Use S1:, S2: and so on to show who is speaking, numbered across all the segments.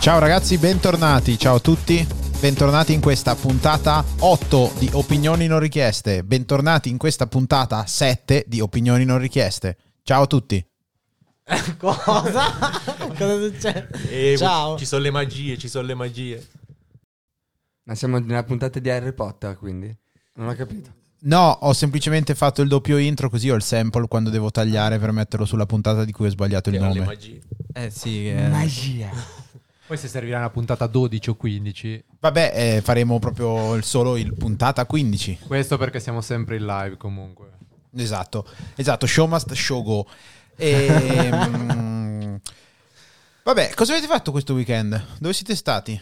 S1: Ciao ragazzi, bentornati, ciao a tutti. Bentornati in questa puntata 8 di Opinioni non richieste. Bentornati in questa puntata 7 di Opinioni non richieste. Ciao a tutti.
S2: Cosa? Cosa succede?
S3: E
S2: Ciao.
S3: Eh, Ci sono le magie, ci sono le magie.
S4: Ma siamo nella puntata di Harry Potter, quindi. Non ho capito.
S1: No, ho semplicemente fatto il doppio intro così ho il sample quando devo tagliare per metterlo sulla puntata di cui ho sbagliato il
S3: Erano le
S1: nome.
S3: magie.
S2: Eh sì,
S4: Magia.
S5: Poi se servirà una puntata 12 o 15,
S1: Vabbè, eh, faremo proprio il- solo il puntata 15.
S5: questo perché siamo sempre in live comunque.
S1: Esatto, esatto, show must show go. Ehm, vabbè, cosa avete fatto questo weekend? Dove siete stati?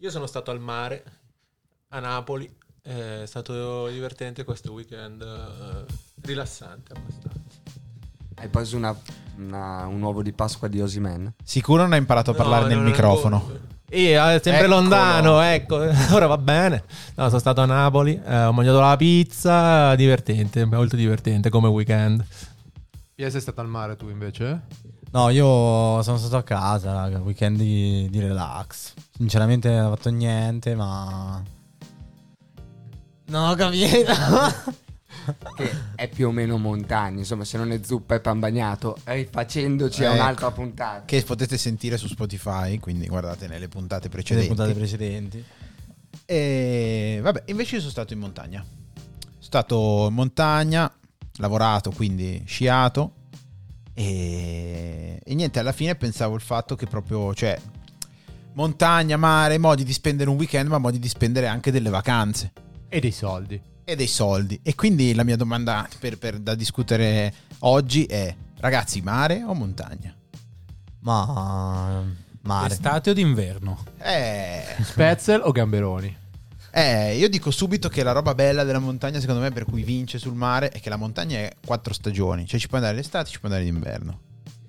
S3: Io sono stato al mare a Napoli. Eh, È stato divertente questo weekend. eh, rilassante abbastanza.
S4: Hai preso una- una- un uovo di Pasqua di Osiman?
S1: Sicuro non hai imparato a parlare
S3: No,
S1: nel
S3: non
S1: microfono.
S3: ancora. E eh, sempre
S1: Eccolo.
S3: lontano, ecco, ora va bene. No, sono stato a Napoli, eh, ho mangiato la pizza, divertente, molto divertente come weekend.
S5: PS è stato al mare tu invece?
S2: No, io sono stato a casa, raga, weekend di, di relax. Sinceramente non ho fatto niente, ma... Non ho capito.
S4: Che è più o meno montagna, insomma, se non è zuppa e pan bagnato, rifacendoci
S2: Eh,
S4: a
S1: Ecco.
S4: un'altra puntata.
S1: Che potete sentire su Spotify, quindi guardate nelle puntate
S2: C'è le
S1: precedenti.
S2: puntate precedenti.
S1: E vabbè, invece io sono stato in montagna. Sono stato in montagna, lavorato, quindi sciato. E, e niente, alla fine pensavo il fatto che proprio, cioè, montagna, mare, modi di spendere un weekend, ma modi di spendere anche delle vacanze
S5: E dei soldi.
S1: e dei soldi. E quindi la mia domanda per- per- da discutere oggi è, ragazzi, mare o montagna?
S2: Ma... Mare.
S6: Estate o d'inverno?
S1: Eh...
S5: Spezzel o gamberoni?
S1: Eh, io dico subito che la roba bella della montagna, secondo me, per cui vince sul mare, è che la montagna è quattro stagioni. Cioè, ci puoi andare l'estate, ci puoi andare d'inverno.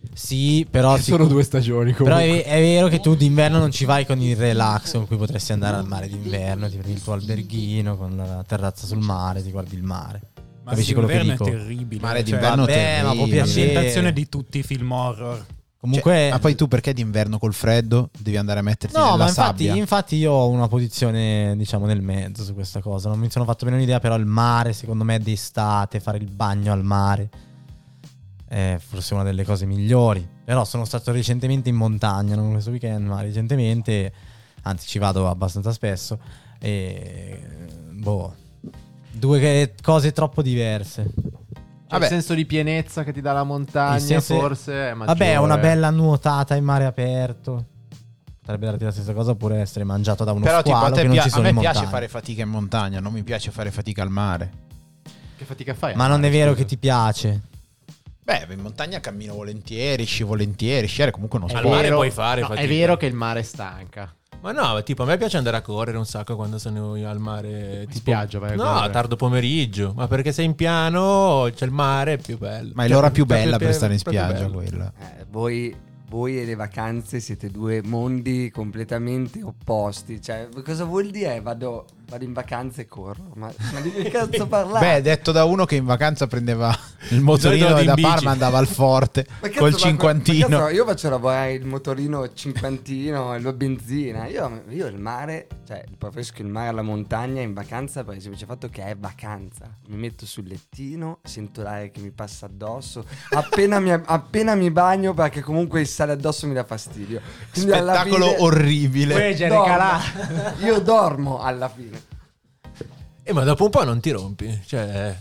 S2: Ah, Sì, però...
S5: Ci
S2: sic-
S5: sono due stagioni
S2: Però
S5: comunque.
S2: è, è vero che tu d'inverno non ci vai con il relax con cui potresti andare al mare d'inverno, ti prendi il tuo alberghino con la terrazza sul mare, ti guardi il mare.
S6: Ma
S2: Capisci quello che
S6: l'inverno
S2: dico? Ah,
S6: è terribile.
S1: Mare
S6: cioè,
S1: d'inverno
S2: vabbè,
S1: Ah, terribile.
S2: ma può piacere.
S6: L'ambientazione di tutti i film horror.
S2: Comunque...
S1: Cioè, ma poi tu perché d'inverno col freddo devi andare a metterti
S2: No,
S1: nella
S2: ma infatti,
S1: sabbia?
S2: infatti io ho una posizione, diciamo, nel mezzo su questa cosa. Non mi sono fatto bene un'idea, però il mare, secondo me, d'estate, fare il bagno al mare è forse una delle cose migliori. Però sono stato recentemente in montagna, non questo weekend, ma recentemente, anzi ci vado abbastanza spesso, e... Boh, due che- cose troppo diverse.
S5: Cioè,
S1: Vabbè.
S5: Il senso di pienezza che ti dà la montagna
S2: Il senso-
S5: forse
S1: Eh,
S5: è maggiore.
S2: Vabbè, una bella nuotata in mare aperto. Potrebbe darti la stessa cosa oppure essere mangiato da uno
S1: Però tipo, a,
S2: squalo
S1: te
S2: che non
S1: pia-
S2: ci
S1: a
S2: sono
S1: me
S2: in
S1: piace
S2: montagna.
S1: fare fatica in montagna, non mi piace fare fatica al mare.
S5: Che fatica
S1: Eh,
S5: fai?
S2: Ma
S5: a
S2: non
S5: fare,
S2: è vero
S5: scusa?
S2: che ti piace.
S1: Beh, in montagna cammino volentieri, sci volentieri, sciare comunque non
S5: È
S3: Al
S1: sport.
S3: mare
S5: vero-
S3: puoi fare
S5: no, È
S3: fatica.
S5: vero che il mare è stanca.
S3: Ma no, tipo a me piace andare a correre un sacco quando sono io al mare. Ti
S5: spiaggia vai a
S3: No,
S5: correre.
S3: tardo pomeriggio. Ma perché sei in piano, c'è il mare, è più bello.
S1: Ma è l'ora più
S3: Cioè,
S1: bella
S3: proprio-
S1: per stare in
S3: proprio
S1: spiaggia
S3: bello.
S1: quella.
S4: Eh, voi, voi e le vacanze siete due mondi completamente opposti. Cioè, cosa vuol dire? Vado, vado in vacanza e corro. Ma, ma di che cazzo parlate?
S1: Beh, detto da uno che in vacanza prendeva il motorino
S3: vado
S1: e
S3: in
S1: da
S3: bici.
S1: Parma andava al forte
S4: Ma cazzo,
S1: col
S4: ma- ma
S1: cinquantino.
S4: cazzo, io faccio lavorare il motorino cinquantino, la benzina. Io, io il mare, cioè preferisco il mare alla montagna in vacanza per il semplice fatto che è vacanza. Mi metto sul lettino, sento l'aria che mi passa addosso. Appena mi, appena mi bagno, perché comunque il sale addosso mi dà fastidio. Quindi alla
S1: Spettacolo
S4: fine-
S1: orribile.
S4: dormo. Io dormo alla fine.
S3: Eh, ma dopo un po' non ti rompi. Cioè,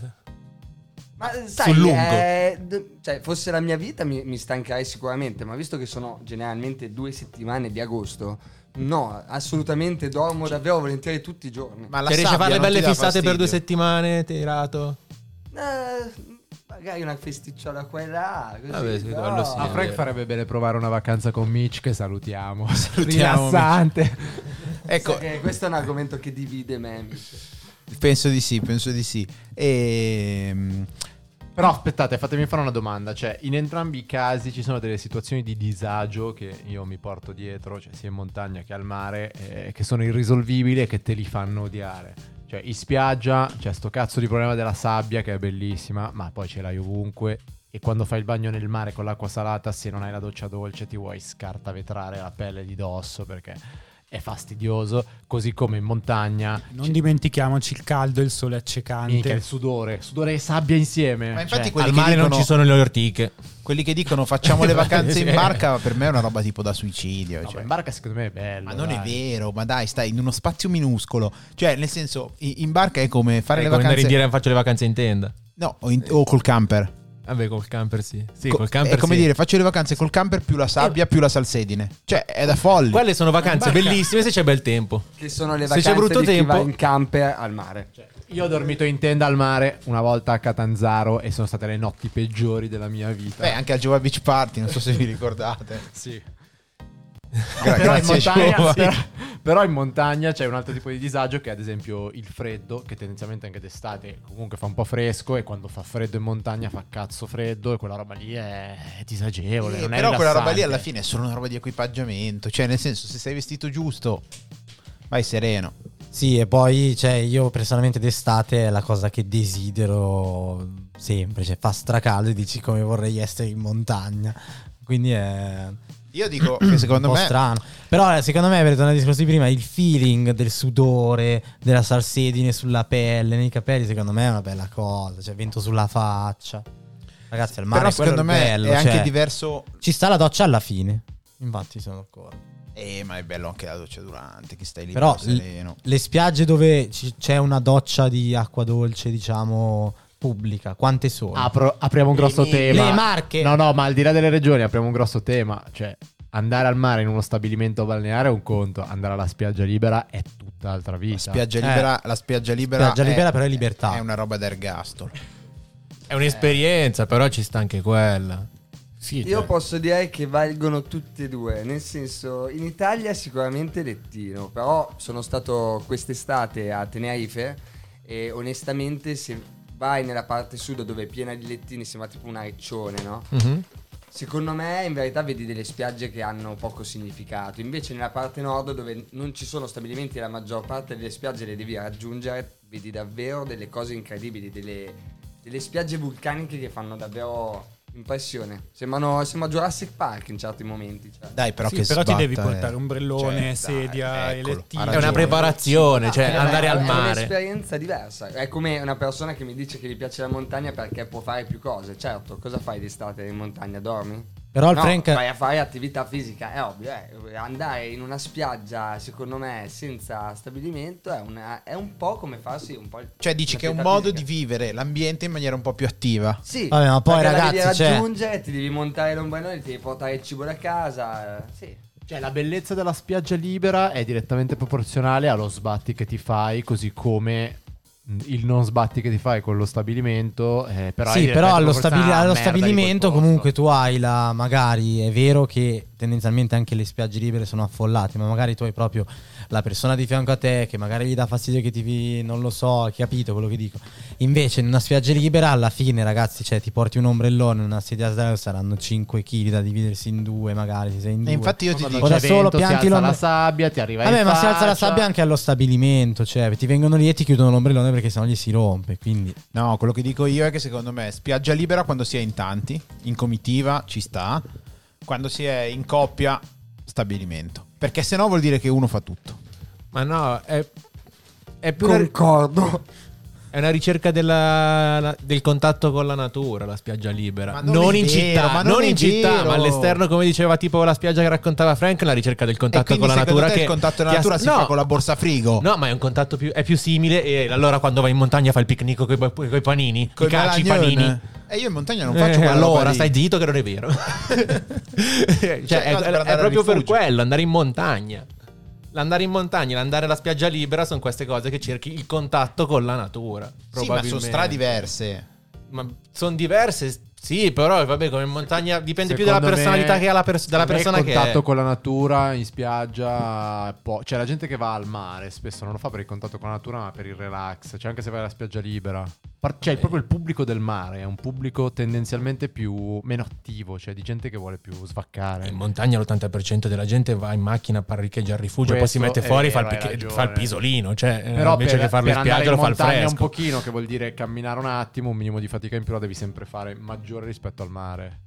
S4: Ma sai,
S3: Sul lungo.
S4: eh, d- cioè, fosse la mia vita mi, mi stancherei sicuramente, ma visto che sono generalmente due settimane di agosto, no, assolutamente dormo davvero volentieri tutti i giorni.
S1: Ma la
S3: se riesci a fare le
S1: sabbia non ti
S3: belle
S1: dà
S3: fissate per
S1: fastidio?
S3: due settimane, tirato.
S4: Eh, magari una festicciola qua e là, così,
S3: Vabbè, sì,
S4: però-
S3: quello sì.
S5: A Frank farebbe bene provare una vacanza con Mitch che salutiamo.
S1: Salutiamo,
S5: Rilassante.
S1: Ecco,
S4: Sai che questo è un argomento che divide me.
S1: penso di sì, penso di sì. Ehm,
S5: Però aspettate, fatemi fare una domanda. Cioè, in entrambi i casi ci sono delle situazioni di disagio che io mi porto dietro, cioè sia in montagna che al mare, eh, che sono irrisolvibili e che te li fanno odiare. Cioè, Cioè, in spiaggia c'è sto cazzo di problema della sabbia che è bellissima, ma poi ce l'hai ovunque. E quando fai il bagno nel mare con l'acqua salata, se non hai la doccia dolce, ti vuoi scartavetrare la pelle di dosso perché è fastidioso. Così come in montagna.
S6: Non
S5: c'è-
S6: dimentichiamoci il caldo e il sole
S5: minchia,
S6: accecante.
S5: il sudore, sudore e sabbia insieme.
S1: Ma infatti
S5: Cioè,
S1: quelli
S6: Al
S1: che
S6: mare non
S1: dicono-
S6: ci sono le ortiche.
S1: Quelli che dicono facciamo le vacanze in
S5: Sì.
S1: barca, per me è una roba tipo da suicidio.
S5: no,
S1: cioè.
S5: ma in barca secondo me è bello.
S1: Ma non è
S5: dai.
S1: vero, ma dai, stai in uno spazio minuscolo. Cioè, nel senso, i- in barca è come fare
S3: Eh,
S7: È
S1: le
S7: come andare
S1: vacanze.
S7: in dire faccio le vacanze in tenda.
S1: No, o, in- o col camper.
S7: Vabbè, col camper sì. Sì,
S1: Co-
S7: col camper
S1: è come
S7: sì.
S1: dire, faccio le vacanze col camper più la sabbia più la salsedine. Cioè, è da folli.
S7: Quelle sono vacanze bellissime se c'è bel tempo.
S4: Che sono le
S7: Se c'è
S4: vacanze
S7: brutto
S4: di
S7: tempo-
S4: chi va in camper al mare.
S5: Cioè, Io ho dormito in tenda al mare una volta a Catanzaro e sono state le notti peggiori della mia vita.
S1: Beh, anche al Giova Beach Party, non so se vi ricordate.
S5: sì.
S1: Gra-
S5: però, in
S1: grazie
S5: montagna,
S1: Giova.
S5: però- però in montagna c'è un altro tipo di disagio che è ad esempio il freddo, che tendenzialmente anche d'estate comunque fa un po' fresco e quando fa freddo in montagna fa cazzo freddo e quella roba lì è, è disagevole.
S1: Eh,
S5: non è
S1: però quella roba lì
S5: rilassante.
S1: alla fine è solo una roba di equipaggiamento. Cioè, nel senso, se sei vestito giusto, vai sereno.
S2: Sì, e poi cioè, io personalmente d'estate è la cosa che desidero sempre. Cioè, fa stracaldo e dici come vorrei essere in montagna. Quindi è
S1: Io dico Mm. che secondo
S2: un po'
S1: me.
S2: strano. Però eh, secondo me, per tornare al discorso di prima, il feeling del sudore, della salsedine sulla pelle, nei capelli, secondo me è una bella cosa. Cioè, vento sulla faccia. Ragazzi, al mare
S1: però
S2: quello
S1: secondo
S2: è
S1: me
S2: il bello.
S1: è anche
S2: cioè,
S1: diverso.
S2: Ci sta la doccia alla fine. Infatti, sono d'accordo.
S1: Eh, ma è bello anche la doccia durante, che stai lì
S2: Però
S1: però sereno.
S2: Le spiagge dove ci- c'è una doccia di acqua dolce, diciamo, pubblica, quante sono?
S5: Apro- apriamo un grosso tema.
S2: Le Marche.
S5: No, no, ma al di là delle regioni apriamo un grosso tema. Cioè, andare al mare in uno stabilimento balneare è un conto, andare alla spiaggia libera è tutt'altra vita.
S1: La spiaggia libera, la spiaggia libera,
S2: Eh. Spiaggia libera però è libertà.
S1: È una roba d'ergastolo. Eh.
S7: È un'esperienza, però ci sta anche quella. Sì,
S4: Io
S7: cioè.
S5: certo.
S4: posso dire che valgono tutte e due, nel senso in Italia sicuramente lettino, però sono stato quest'estate a Tenerife e onestamente se vai nella parte sud dove è piena di lettini sembra tipo un arcione, no?
S7: Mhm.
S4: Secondo me in verità vedi delle spiagge che hanno poco significato, invece nella parte nord dove non ci sono stabilimenti la maggior parte delle spiagge le devi raggiungere, vedi davvero delle cose incredibili, delle, delle spiagge vulcaniche che fanno davvero impressione. Sembrano, sembra Jurassic Park in certi momenti. Cioè.
S1: Dai, però
S6: Sì,
S1: che
S6: però ti
S1: sbatta,
S6: devi
S1: eh.
S6: portare ombrellone,
S1: Cioè,
S6: sedia
S1: dai,
S6: e
S1: eccolo,
S6: lettino.
S1: ha
S7: È una
S1: ragione.
S7: preparazione, cioè
S4: Eh,
S7: andare
S4: ma
S7: al
S4: È
S7: mare.
S4: un'esperienza diversa. È come una persona che mi dice che gli piace la montagna perché può fare più cose. Certo, cosa fai d'estate in montagna? Dormi?
S2: Però il
S4: No,
S2: Frank...
S4: vai a fare attività fisica, è ovvio. eh. Andare in una spiaggia, secondo me, senza stabilimento è, una- è un po' come farsi un po'. il-
S1: Cioè, dici che è un
S4: un'attività
S1: modo di
S4: fisica.
S1: vivere l'ambiente in maniera un po' più attiva.
S4: Sì,
S2: Vabbè, ma poi,
S4: perché la
S2: ragazzi,
S4: devi
S2: cioè-
S4: raggiungere, ti devi montare l'ombrellone, ti devi portare il cibo da casa. eh, Sì.
S5: Cioè, la bellezza della spiaggia libera è direttamente proporzionale allo sbatti che ti fai, così come mh, il non sbatti che ti fai con lo stabilimento. eh, però è
S2: sì,
S5: direttamente
S2: però allo,
S5: proporzionale
S2: stabili-
S5: alla merda
S2: allo
S5: di
S2: stabilimento
S5: quel posto.
S2: comunque tu hai la... Magari è vero che tendenzialmente anche le spiagge libere sono affollate, ma magari tu hai proprio la persona di fianco a te che magari gli dà fastidio che ti... Non lo so, hai capito quello che dico. Invece in una spiaggia libera alla fine, ragazzi, cioè ti porti un ombrellone, una sedia a sdraio, saranno 5 kg da dividersi in due magari, se sei in
S1: E
S2: due.
S1: infatti io ti
S5: Quando
S1: dico,
S2: O
S5: c'è
S2: da solo
S5: vento,
S2: pianti
S5: si alza
S2: l'ombra-
S5: la sabbia, ti arriva
S2: Vabbè,
S5: in
S2: ma si alza la
S5: faccia.
S2: sabbia anche allo stabilimento, cioè ti vengono lì e ti chiudono l'ombrellone perché sennò gli si rompe, quindi
S1: No, quello che dico io è che secondo me spiaggia libera quando si è in tanti, in comitiva ci sta, quando si è in coppia stabilimento, perché sennò vuol dire che uno fa tutto.
S7: Ma no, è, è più una,
S4: Concordo.
S7: è una ricerca della- la- del contatto con la natura, la spiaggia libera.
S1: Ma
S7: Non,
S1: non è
S7: in
S1: vero,
S7: città,
S1: ma
S7: non,
S1: non è
S7: in città,
S1: vero.
S7: ma all'esterno, come diceva tipo la spiaggia che raccontava Frank, la ricerca del contatto
S1: e
S7: con
S1: quindi
S7: la
S1: secondo
S7: natura.
S1: te il
S7: che
S1: contatto con la
S7: che ass-
S1: natura si
S7: no,
S1: fa con la borsa frigo.
S7: No, ma è un contatto più, è più simile. E allora quando vai in montagna fai il picnic con i panini,
S1: Coi
S7: i calci, i
S1: malagnone.
S7: panini.
S1: E io in montagna non faccio
S7: Eh,
S1: quella roba
S7: allora
S1: lì.
S7: stai zitto che non è vero. cioè,
S1: Cioè,
S7: è,
S1: vado per andare
S7: è
S1: al
S7: proprio per
S1: rifugio.
S7: quello, andare in montagna. L'andare in montagna, l'andare alla spiaggia libera sono queste cose che cerchi il contatto con la natura.
S1: Sì, ma sono stra
S7: probabilmente.
S1: diverse.
S7: Ma sono diverse Sì, però vabbè, come in montagna dipende più
S5: Secondo
S7: dalla personalità
S5: me-
S7: che ha la pers- dalla
S5: secondo me
S7: persona che
S5: il contatto
S7: è.
S5: con la natura in spiaggia può- Cioè la gente che va al mare spesso non lo fa per il contatto con la natura ma per il relax Cioè anche se vai alla spiaggia libera Par- Cioè proprio il pubblico del mare è un pubblico tendenzialmente più meno attivo Cioè di gente che vuole più svaccare
S7: In montagna l'80% della gente va in macchina, parricheggia al rifugio, poi si
S5: Questo
S7: mette
S5: è
S7: fuori e fa, il
S5: vero, hai
S7: picchi-
S5: ragione.
S7: fa il pisolino. Cioè, eh,
S5: Però
S7: invece
S5: per,
S7: che farlo in
S5: per
S7: spiaggia
S5: andare
S7: lo
S5: in
S7: fa al
S5: montagna
S7: fresco.
S5: un pochino Che vuol dire camminare un attimo Un minimo di fatica in più la devi sempre fare Maggiore rispetto al mare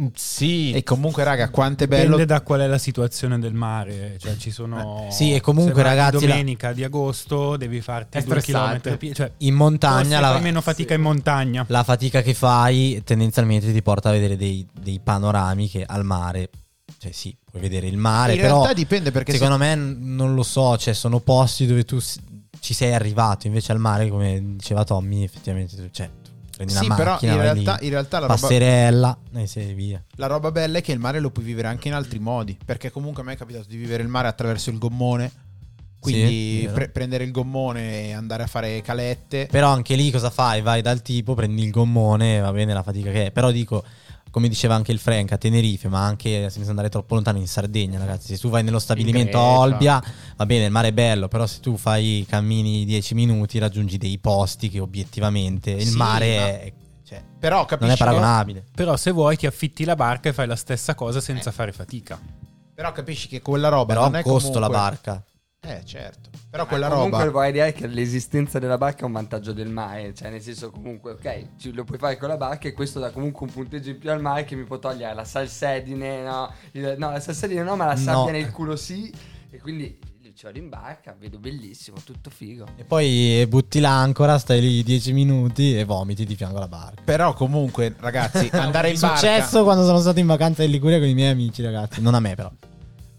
S7: Mm, Sì,
S1: E comunque, raga, quanto è
S6: Dipende
S1: bello.
S6: da qual è la situazione del mare, cioè ci sono
S2: Eh, sì, e comunque,
S6: se vai di
S2: ragazzi, la-
S6: domenica di agosto devi farti
S5: È
S6: due
S5: stressante.
S6: chilometri a piedi, cioè
S2: In montagna
S6: forse
S2: la,
S6: fai meno fatica in montagna.
S2: la fatica che fai tendenzialmente ti porta a vedere dei, dei panorami che al mare, cioè sì, puoi vedere il mare,
S1: Ah, In
S2: però
S1: realtà dipende perché
S2: secondo me n- non lo so, cioè sono posti dove tu s- ci sei arrivato, invece al mare come diceva Tommy effettivamente tu- cioè, tu prendi
S1: se-
S2: una
S1: Sì,
S2: macchina,
S1: però in
S2: vai
S1: realtà,
S2: lì,
S1: in realtà la, roba,
S2: passerella e sei via.
S1: la roba bella è che il mare lo puoi vivere anche in altri modi. Perché comunque a me è capitato di vivere il mare attraverso il gommone.
S2: Sì,
S1: Quindi
S2: vero.
S1: pre- prendere il gommone e andare a fare calette.
S2: Però anche lì cosa fai? Vai dal tipo, prendi il gommone, va bene la fatica che è. Però dico, come diceva anche il Frank, a Tenerife, ma anche senza andare troppo lontano in Sardegna, ragazzi. Se tu vai nello stabilimento a
S5: Grecia.
S2: Olbia, va bene, il mare è bello, però se tu fai cammini 10 minuti raggiungi dei posti che obiettivamente il
S1: Sì,
S2: mare
S1: ma-
S2: è- cioè,
S1: Però
S2: non è
S1: capisci,
S2: paragonabile.
S6: Però se vuoi ti affitti la barca e fai la stessa cosa senza fare fatica.
S1: Eh. però capisci che quella roba
S2: Però
S1: non
S2: ha
S1: è
S2: costo la
S1: comunque-
S2: barca.
S1: Eh, certo. Però quella
S4: Ma comunque
S1: roba
S4: vorrei dire che l'esistenza della barca è un vantaggio del mare, cioè nel senso comunque ok, ci- lo puoi fare con la barca e questo dà comunque un punteggio in più al mare che mi può togliere la salsedine, no, il- no la salsedine no, ma la sabbia
S2: No.
S4: nel culo sì e quindi lì ci vado in barca, vedo bellissimo, tutto figo.
S2: E poi eh, butti l'ancora, stai lì 10 minuti e vomiti di fianco alla barca.
S1: Però comunque, ragazzi, andare
S2: È
S1: in barca
S2: successo quando sono stato in vacanza in Liguria con i miei amici, ragazzi. Non a me, però.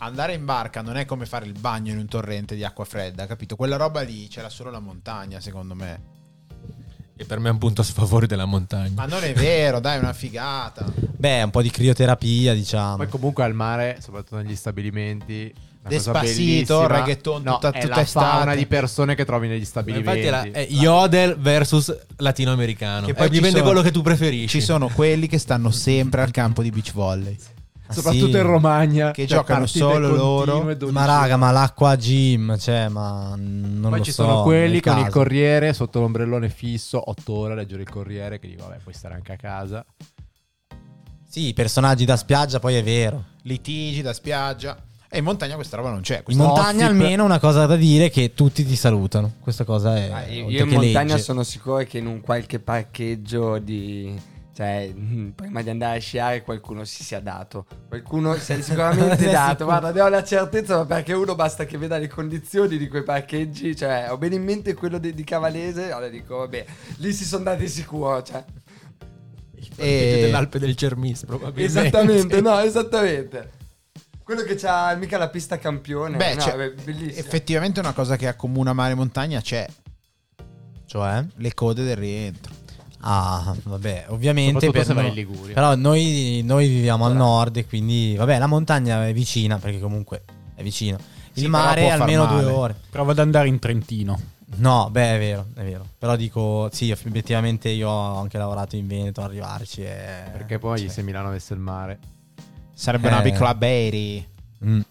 S1: andare in barca non è come fare il bagno in un torrente di acqua fredda, capito? Quella roba lì c'era solo la montagna, secondo me.
S7: e per me è un punto a sfavore della montagna.
S1: Ma non è vero, dai, è una figata.
S2: Beh, un po' di crioterapia, diciamo.
S5: Poi comunque al mare, soprattutto negli stabilimenti, una cosa
S1: Despacito,
S5: bellissima-
S1: reggaeton,
S5: no,
S1: tutta-
S5: è
S1: tutta
S5: la
S1: estate.
S5: fauna di persone che trovi negli
S7: Ma
S5: stabilimenti.
S7: Infatti è, la- è
S5: eh,
S7: Yodel versus latinoamericano.
S1: Che
S7: Che
S1: poi
S7: poi
S1: ci
S7: eh, dipende
S1: sono-
S7: quello che tu preferisci.
S1: Ci sono quelli che stanno sempre al campo di beach volley.
S2: Ah,
S5: Soprattutto
S2: sì.
S5: in Romagna
S1: Che
S5: cioè,
S1: giocano
S5: partite
S1: solo
S5: continue,
S1: loro.
S5: 12.
S2: Ma raga, ma l'acqua gym, cioè, ma non
S5: Poi
S2: lo
S5: ci
S2: so,
S5: sono
S2: nel
S5: quelli con il
S2: caso.
S5: corriere sotto l'ombrellone fisso, 8 ore a leggere il corriere, che dico, vabbè, puoi stare anche a casa.
S2: Sì, i personaggi da spiaggia, poi è vero.
S1: Litigi da spiaggia. E in montagna questa roba non c'è.
S2: In
S1: Questa
S2: montagna
S1: gossip-
S2: almeno una cosa da dire è che tutti ti salutano. Questa cosa è
S4: Ah, io
S2: oltre
S4: io in
S2: che
S4: montagna
S2: Eh, legge.
S4: sono sicuro che in un qualche parcheggio di... Cioè, mm, prima di andare a sciare qualcuno si sia dato. Qualcuno si è
S2: Sì,
S4: sicuramente dato.
S2: sicuro.
S4: Guarda, ne ho la certezza, ma perché uno basta che veda le condizioni di quei parcheggi. Cioè, ho bene in mente quello di, di Cavalese. Allora dico, vabbè, lì si sono dati sicuro. Cioè,
S1: e-
S7: dell'Alpe del Cermis, probabilmente.
S4: esattamente, no, esattamente. Quello che c'ha mica la pista campione.
S1: Beh,
S4: no,
S1: cioè,
S4: beh, bellissimo.
S1: effettivamente una cosa che accomuna mare e montagna c'è
S2: Cioè?
S1: le code del rientro.
S2: Ah, vabbè, ovviamente
S5: Soprattutto
S2: per
S5: se vai
S2: no-
S5: in Liguria.
S2: Però noi, noi viviamo al nord e quindi, vabbè, la montagna è vicina, perché comunque è vicino. Il
S1: Sì, però
S2: mare
S1: può
S2: è
S1: far
S2: almeno
S1: male.
S2: due ore.
S6: Prova ad andare in Trentino.
S2: No, beh, è vero, è vero. Però dico, sì, effettivamente io ho anche lavorato in Veneto a arrivarci. e-
S5: Perché poi
S2: cioè,
S5: se Milano avesse il mare...
S1: Sarebbe
S2: Eh.
S1: una piccola Beri,
S2: Mm.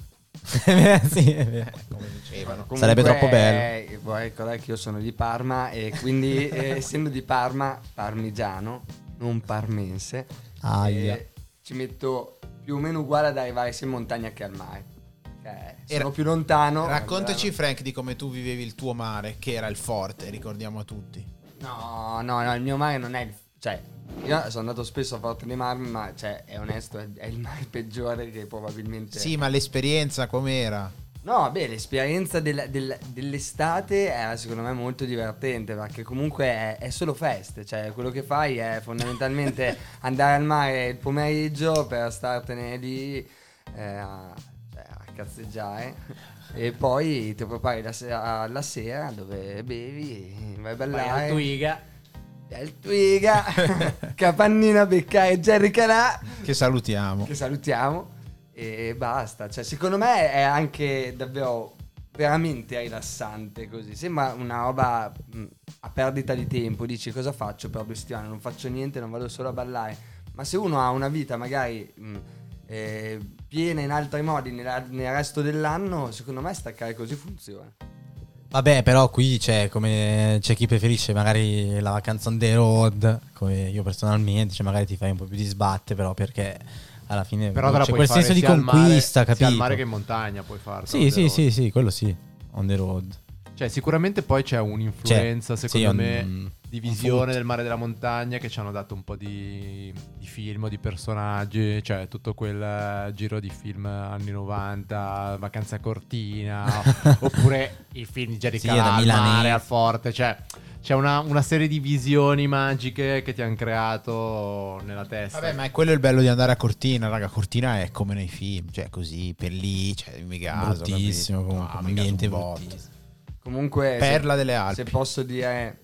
S2: Eh, sì, è vero.
S1: come dicevano.
S2: Sarebbe troppo bello.
S4: eh, vorrei ricordare che io sono di Parma e quindi eh, essendo di Parma, parmigiano, non parmense,
S2: Aia.
S4: eh, ci metto più o meno uguale ad arrivare sia in montagna che al mare. Eh,
S1: Era-
S4: sono più lontano.
S1: Raccontaci, Frank, di come tu vivevi il tuo mare, che era il forte, ricordiamo a tutti.
S4: No, no, no, il mio mare non è il... Cioè, io sono andato spesso a Forte dei Marmi, ma cioè, è onesto, è, è il mare peggiore che probabilmente...
S1: Sì, ma l'esperienza com'era?
S4: No, beh, l'esperienza della- del- dell'estate era secondo me molto divertente perché comunque è, è solo feste, cioè quello che fai è fondamentalmente andare al mare il pomeriggio per startene lì eh, a, cioè, a cazzeggiare e poi ti prepari la sera, la sera dove bevi, vai a ballare. Vai al Twiga, capannina a beccare Jerry Canà
S1: Che salutiamo.
S4: che salutiamo e basta. Cioè, secondo me è anche davvero veramente rilassante così. Sembra una roba mh, a perdita di tempo. Dici cosa faccio per due settimane? Non faccio niente, non vado solo a ballare. Ma se uno ha una vita magari mh, eh, piena in altri modi nella- nel resto dell'anno, secondo me staccare così funziona.
S2: Vabbè, però qui c'è come c'è chi preferisce magari la vacanza on the road, come io personalmente, cioè magari ti fai un po' più di sbatte, però perché alla fine
S5: Però te la
S2: c'è
S5: puoi
S2: quel
S5: fare
S2: senso di
S5: sia al mare- sia
S2: conquista, capito?
S5: al mare che in montagna puoi farlo.
S2: sì, sì,
S5: però-
S2: sì, sì, quello sì, on the road.
S5: Cioè, sicuramente poi c'è un'influenza,
S2: Cioè,
S5: secondo
S2: sì,
S5: me,
S2: un-
S5: di
S2: un
S5: visione
S2: food.
S5: del mare e della montagna che ci hanno dato un po' di, di film, di personaggi, cioè tutto quel eh, giro di film anni 90, Vacanza Cortina, oppure i film di Jerry
S2: Sì,
S5: Calà,
S2: era
S5: al
S2: milanese.
S5: mare, al forte, cioè... C'è una, una serie di visioni magiche che ti hanno creato nella testa.
S1: Vabbè, ma è quello il bello di andare a Cortina, raga. Cortina è come nei film, cioè così per lì, cioè mi caso,
S2: bruttissimo,
S1: capito?
S2: comunque,
S1: Ah,
S2: un
S1: mi caso
S2: ambiente
S1: un botto.
S2: bruttissimo.
S4: Comunque,
S1: Perla
S4: Eh, se,
S1: delle Alpi.
S4: se posso dire,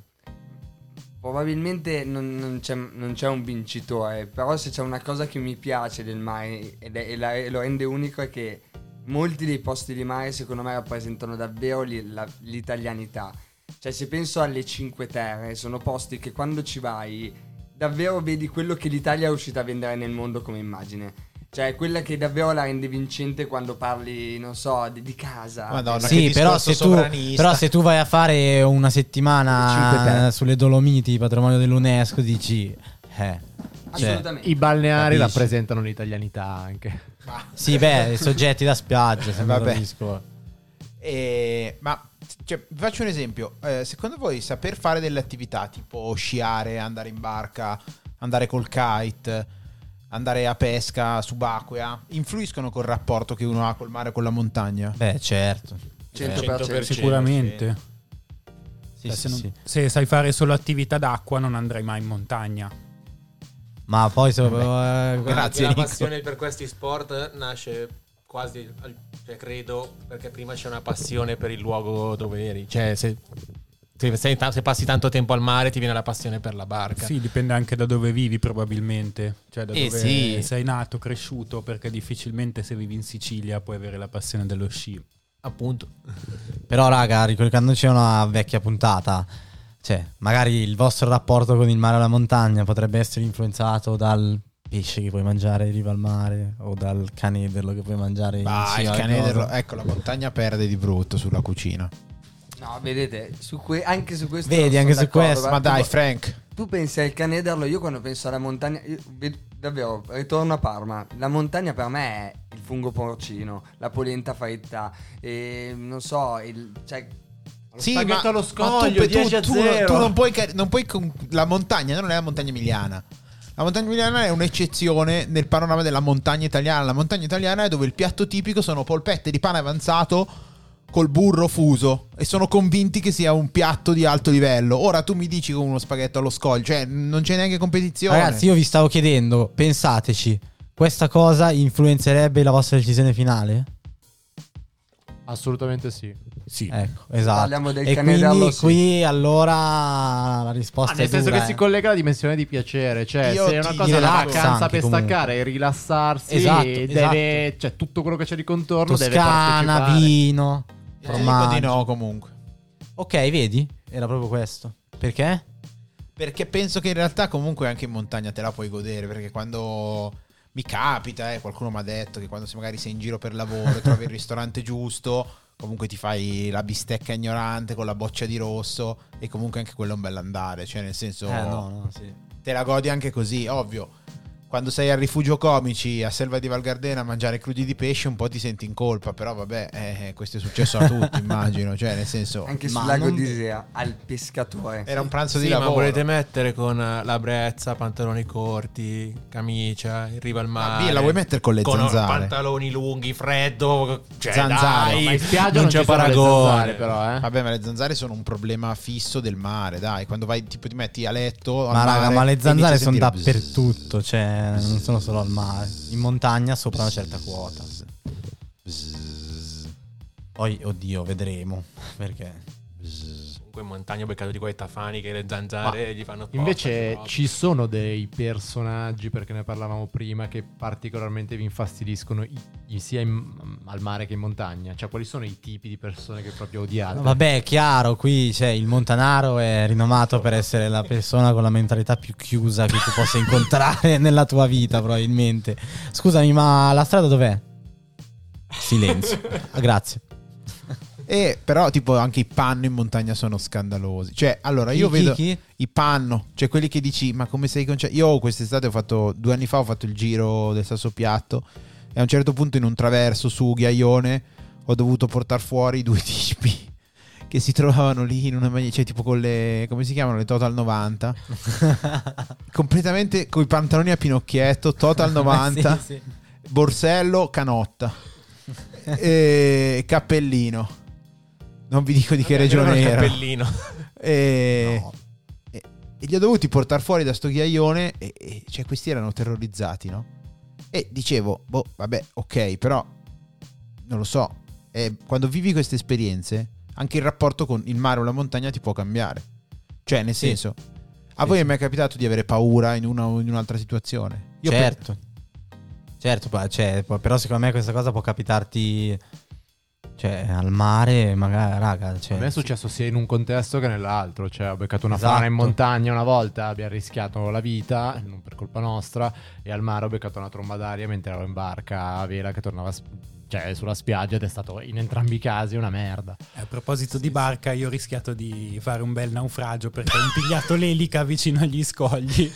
S4: probabilmente non, non c'è, non c'è un vincitore, però se c'è una cosa che mi piace del mare ed è- e, la- e lo rende unico è che molti dei posti di mare secondo me rappresentano davvero li- la- l'italianità. Cioè se penso alle Cinque Terre, sono posti che quando ci vai davvero vedi quello che l'Italia è riuscita a vendere nel mondo come immagine. Cioè, quella che davvero la rende vincente quando parli, non so, di, di casa.
S1: Madonna, che
S2: Sì, però
S1: discorso
S2: se, tu,
S1: sovranista.
S2: però se tu vai a fare
S4: Cinque
S2: una settimana
S4: terre.
S2: eh, sulle Dolomiti, patrimonio dell'UNESCO, dici... Eh, cioè,
S4: Assolutamente.
S5: I balneari
S2: Capisci.
S5: rappresentano l'italianità anche.
S2: sì, beh, i soggetti da spiaggia, se
S1: Vabbè.
S2: Vabbè.
S1: Eh, ma cioè, vi faccio un esempio. Eh, secondo voi saper fare delle attività tipo sciare, andare in barca, andare col kite, andare a pesca subacquea, influiscono col rapporto che uno ha col mare e con la montagna?
S2: Beh, certo.
S4: 100%.
S6: Sicuramente.
S2: Sì,
S6: Cioè,
S2: sì,
S6: se, non-
S2: sì.
S6: se sai fare solo attività d'acqua, non andrai mai in montagna.
S2: Ma poi se... eh,
S1: Grazie,
S7: la
S1: Nico.
S7: passione per questi sport nasce quasi, al- cioè, credo, perché prima c'è una passione per il luogo dove eri. Cioè, se, se- se- se passi tanto tempo al mare, ti viene la passione per la barca.
S6: Sì, dipende anche da dove vivi, probabilmente. Cioè, da
S7: Eh,
S6: dove
S7: sì.
S6: sei nato, cresciuto, perché difficilmente se vivi in Sicilia puoi avere la passione dello sci.
S7: Appunto.
S2: Però, raga, ricollegandoci a una vecchia puntata, cioè, magari il vostro rapporto con il mare e la montagna potrebbe essere influenzato dal pesce che puoi mangiare in riva al mare o dal canederlo che puoi mangiare in
S1: Bah, il
S2: cima al
S1: canederlo-
S2: coso.
S1: ecco, la montagna perde di brutto sulla cucina.
S4: No, vedete, su que- anche su questo.
S2: Vedi,
S4: non
S2: anche
S4: sono
S2: su
S4: d'accordo,
S2: questo,
S1: Ma
S4: guarda,
S1: dai,
S4: tu,
S1: Frank.
S4: tu pensi al canederlo, io quando penso alla montagna. io ved- davvero, ritorno a Parma. La montagna per me è il fungo porcino, la polenta fritta, e non so, il. Cioè,
S1: Sì, ma,
S5: spaghetto allo
S1: ma tu-
S5: scoglio,
S1: tu,
S5: 10 a
S1: tu-
S5: 0.
S1: tu non puoi, car- non puoi con- la montagna non è la montagna emiliana. La montagna emiliana è un'eccezione nel panorama della montagna italiana. La montagna italiana è dove il piatto tipico sono polpette di pane avanzato col burro fuso e sono convinti che sia un piatto di alto livello. Ora tu mi dici con uno spaghetto allo scoglio, cioè non c'è neanche competizione.
S2: Ragazzi, io vi stavo chiedendo, pensateci, questa cosa influenzerebbe la vostra decisione finale?
S5: Assolutamente sì.
S6: Sì.
S2: Ecco, esatto.
S4: Parliamo del
S2: e
S4: canederlo,
S2: quindi
S4: sì.
S2: qui allora la risposta
S5: Ah,
S2: è
S5: nel senso
S2: dura,
S5: che si
S2: eh.
S5: collega la dimensione di piacere, cioè
S1: Io
S5: se è
S1: ti-
S5: una
S1: ti
S5: cosa è una
S2: relaxa
S5: vacanza
S2: anche
S5: per
S2: comunque.
S5: staccare e rilasarsi,
S2: Esatto,
S5: deve, cioè tutto quello che c'è di contorno deve
S2: Toscana,
S5: partecipare.
S2: vino,
S1: Io dico di
S2: formaggio.
S1: no comunque.
S2: Ok, vedi? Era proprio questo. Perché?
S1: Perché penso che in realtà comunque anche in montagna te la puoi godere, perché quando mi capita, eh, qualcuno mi ha detto che quando sei- magari sei in giro per lavoro, trovi il ristorante giusto, comunque ti fai la bistecca ignorante con la boccia di rosso e comunque anche quello è un bell'andare, cioè nel senso
S2: Eh no, no, sì.
S1: te la godi anche così, ovvio. Quando sei al rifugio comici a Selva di Valgardena a mangiare crudi di pesce un po' ti senti in colpa, però vabbè, eh, questo è successo a tutti, immagino, cioè nel senso
S4: anche
S2: Oh, Ma
S4: sul lago
S2: non-
S4: di Isea, al pescatore.
S1: era un pranzo di
S7: Sì, ma
S1: lavoro.
S7: volete mettere con eh, la brezza, pantaloni corti, camicia, in riva al
S1: Ma
S7: mare.
S1: via, la vuoi mettere con le
S7: con
S1: zanzare?
S7: pantaloni lunghi, freddo, cioè,
S1: Zanzare.
S7: dai,
S5: Ma in spiaggia non,
S7: c'è
S5: ci sono le
S7: paragone.
S5: zanzare, però, eh.
S1: Vabbè, ma le zanzare sono un problema fisso del mare, dai. Quando vai, tipo, ti metti a letto. al
S2: Ma raga,
S1: mare,
S2: ma le
S1: inizi
S2: zanzare
S1: a
S2: sono
S1: sentire bzz,
S2: dappertutto, cioè non sono solo al mare. In montagna sopra una certa quota.
S1: bzz,
S2: Poi, oddio, vedremo. Perché?
S7: comunque in montagna ho beccato di quei tafani che le zanzare
S5: Ma
S7: gli fanno forza,
S5: Invece
S7: però-
S5: ci sono dei personaggi, perché ne parlavamo prima, che particolarmente vi infastidiscono i- i- sia in- al mare che in montagna. Cioè, quali sono i tipi di persone che proprio odiate?
S2: Ah, Vabbè, chiaro, qui c'è il Montanaro è rinomato per essere la persona con la mentalità più chiusa che tu possa incontrare nella tua vita, probabilmente. Scusami, ma la strada dov'è? Silenzio. Ah, Grazie.
S1: E Eh, però tipo anche i panno in montagna sono scandalosi. Cioè, allora io
S2: Chi- chi-
S1: vedo
S2: chi?
S1: i panno, cioè quelli che dici "Ma come sei con cioè, Io quest'estate ho fatto due anni fa ho fatto il giro del Sassopiatto e a un certo punto in un traverso su Ghiaione ho dovuto portare fuori due tipi che si trovavano lì in una maniera, cioè tipo con le come si chiamano le Total 90, completamente coi pantaloni a pinocchietto, Total 90,
S2: Sì, sì.
S1: borsello, canotta e cappellino. Non vi dico di che regione
S7: Il
S1: era.
S7: cappellino.
S1: E...
S2: No.
S1: e- e li ho dovuti portare fuori da sto ghiaione e, e- cioè, questi erano terrorizzati, no? E dicevo, boh, vabbè, ok, però non lo so. Eh, quando vivi queste esperienze, anche il rapporto con il mare o la montagna ti può cambiare. Cioè, nel
S2: Sì.
S1: senso, a
S2: Sì,
S1: voi è
S2: sì.
S1: mai capitato di avere paura in una o in un'altra situazione? Io per-
S2: certo. Certo, pa- cioè, pa- però secondo me questa cosa può capitarti cioè, al mare, magari, raga, cioè,
S5: A me è successo sia in un contesto che nell'altro, cioè ho beccato una
S2: Esatto.
S5: frana in montagna una volta, abbiamo rischiato la vita, non per colpa nostra, e al mare ho beccato una tromba d'aria mentre ero in barca a vela che tornava s- cioè, sulla spiaggia ed è stato in entrambi i casi una merda.
S6: A proposito di barca, io ho rischiato di fare un bel naufragio perché ho impigliato l'elica vicino agli scogli.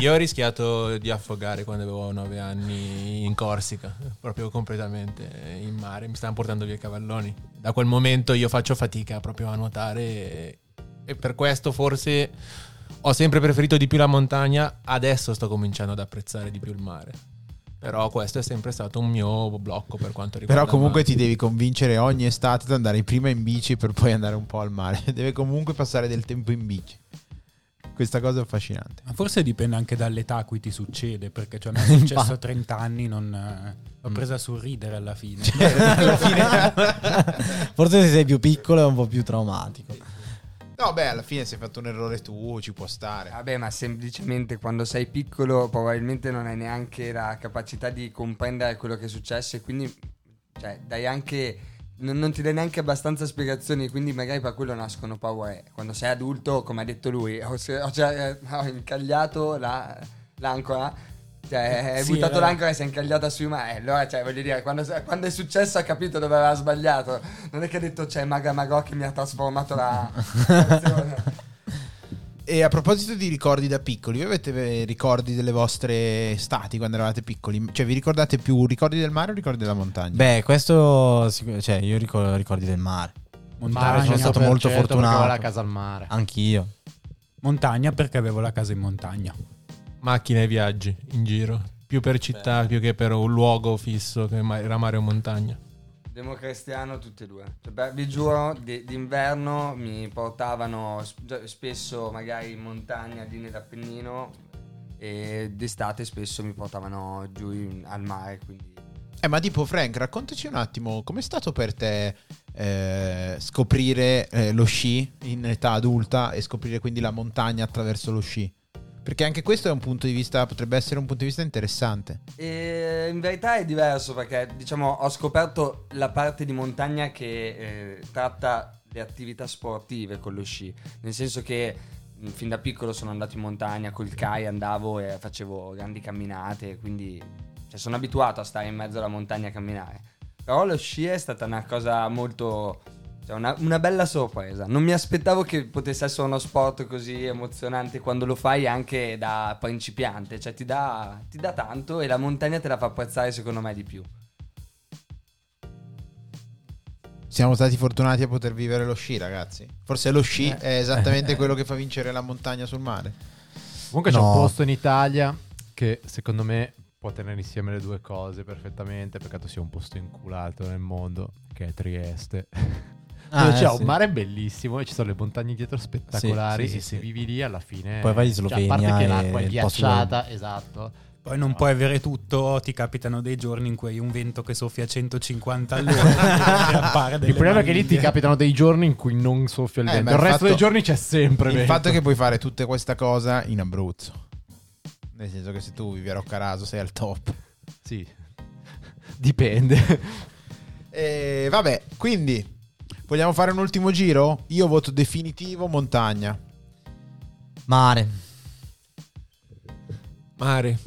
S7: Io ho rischiato di affogare quando avevo 9 anni in Corsica, proprio completamente in mare, mi stavano portando via i cavalloni. Da quel momento io faccio fatica proprio a nuotare e, e per questo forse ho sempre preferito di più la montagna, adesso sto cominciando ad apprezzare di più il mare. Però questo è sempre stato un mio blocco per quanto riguarda
S1: Però comunque
S7: il
S1: ti devi convincere ogni estate ad andare prima in bici per poi andare un po' al mare. Deve comunque passare del tempo in bici. Questa cosa è affascinante.
S6: Ma forse dipende anche dall'età a cui ti succede, perché cioè, a me è successo
S2: Infatti.
S6: a 30 anni, non, eh, l'ho presa sul ridere alla fine.
S1: alla fine-
S2: Forse se sei più piccolo è un po' più traumatico.
S1: No, beh, alla fine se hai fatto un errore tu, ci può stare.
S4: Vabbè, ma semplicemente quando sei piccolo probabilmente non hai neanche la capacità di comprendere quello che è successo e quindi cioè, dai anche, non, non ti dai neanche abbastanza spiegazioni, quindi magari per quello nascono paure. Quando sei adulto, come ha detto lui, ho, se- ho già- eh, ho incagliato la- l'ancora. Cioè, hai
S6: Sì,
S4: buttato
S6: era-
S4: l'ancora e si è incagliata sui mare. Allora, cioè, voglio dire, quando, quando è successo ha capito dove aveva sbagliato. Non è che ha detto, c'è Maga Magò che mi ha trasformato la... l'azione.
S1: E a proposito di ricordi da piccoli, voi avete eh, ricordi delle vostre estati quando eravate piccoli? Cioè, vi ricordate più ricordi del mare o ricordi della montagna?
S2: Beh, questo, sic- cioè, io ricordo ricordi del mare.
S5: Mare
S6: Montagna,
S5: sono
S2: stato
S5: per
S2: molto
S5: certo perché
S2: fortunato.
S5: avevo la casa al mare.
S2: Anch'io.
S6: montagna perché avevo la casa in montagna.
S7: mare. Macchine e viaggi in giro, più per città più che per un luogo fisso che ma- era mare o montagna.
S4: Democristiano tutte e due. Cioè, beh, vi giuro, di- d'inverno mi portavano sp- spesso magari in montagna, lì nell'Appennino e d'estate spesso mi portavano giù in- al mare, quindi
S1: Eh, ma tipo, Frank, raccontaci un attimo, com'è stato per te eh, scoprire eh, lo sci in età adulta e scoprire quindi la montagna attraverso lo sci? Perché anche questo è un punto di vista, potrebbe essere un punto di vista interessante.
S4: E in verità è diverso perché diciamo ho scoperto la parte di montagna che eh, tratta le attività sportive con lo sci, nel senso che mh, fin da piccolo sono andato in montagna col CAI, andavo e facevo grandi camminate, quindi cioè, sono abituato a stare in mezzo alla montagna a camminare. Però lo sci è stata una cosa molto... cioè, una, una bella sorpresa. Non mi aspettavo che potesse essere uno sport così emozionante quando lo fai anche da principiante. Cioè ti dà, ti dà tanto e la montagna te la fa apprezzare secondo me di più.
S1: Siamo stati fortunati a poter vivere lo sci, ragazzi. Forse lo sci
S2: Eh.
S1: è esattamente quello che fa vincere la montagna sul mare.
S5: Comunque c'è
S2: No.
S5: un posto in Italia che secondo me può tenere insieme le due cose perfettamente, peccato sia un posto inculato nel mondo, che è Trieste.
S2: Ah,
S5: Dove c'è
S2: eh,
S5: un
S2: sì.
S5: mare bellissimo e ci sono le montagne dietro spettacolari
S2: Sì, sì,
S5: e
S2: sì,
S5: se
S2: sì.
S5: vivi lì alla fine...
S2: Poi vai in
S5: Cioè,
S2: Slovenia
S5: a parte che
S2: e
S5: l'acqua è
S2: il posto
S5: ghiacciata, esatto.
S6: Poi non puoi avere tutto, ti capitano dei giorni in cui hai un vento che soffia a 150 all'ora.
S5: Il problema è che lì ti capitano dei giorni in cui non soffia eh, il
S1: Eh,
S5: vento.
S1: ma
S5: il
S1: il
S5: resto
S1: fatto-
S5: dei giorni c'è sempre
S1: Il
S5: vento.
S1: fatto è che puoi fare tutta questa cosa in Abruzzo. Nel senso che se tu vivi a Roccaraso sei al top.
S5: Sì. Dipende.
S1: E vabbè, quindi vogliamo fare un ultimo giro? Io voto definitivo montagna.
S2: Mare.
S7: Mare.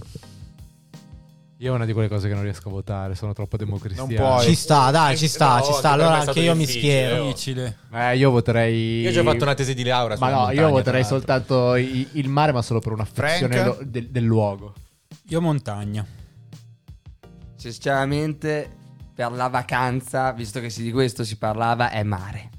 S5: Io è una di quelle cose che non riesco a votare, sono troppo democristiano.
S1: Non puoi. Poi-
S2: Ci sta, dai, Ah, ci sta,
S7: No,
S2: ci sta.
S7: anche per me
S2: Allora
S7: è stato
S2: anche io mi
S7: difficile,
S2: schiero.
S7: oh.
S6: difficile.
S5: Eh, io voterei.
S7: Io ho già fatto una tesi di laurea.
S5: Ma
S7: sulla
S5: no,
S7: montagna,
S5: io voterei
S7: tra l'altro.
S5: soltanto i- il mare, ma solo per un'affezione
S1: Frank?
S5: lo- del, del luogo.
S6: Io montagna.
S4: Sinceramente, Cioè, per la vacanza, visto che si- di questo si parlava, è mare.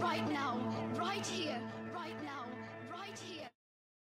S8: right now, right here.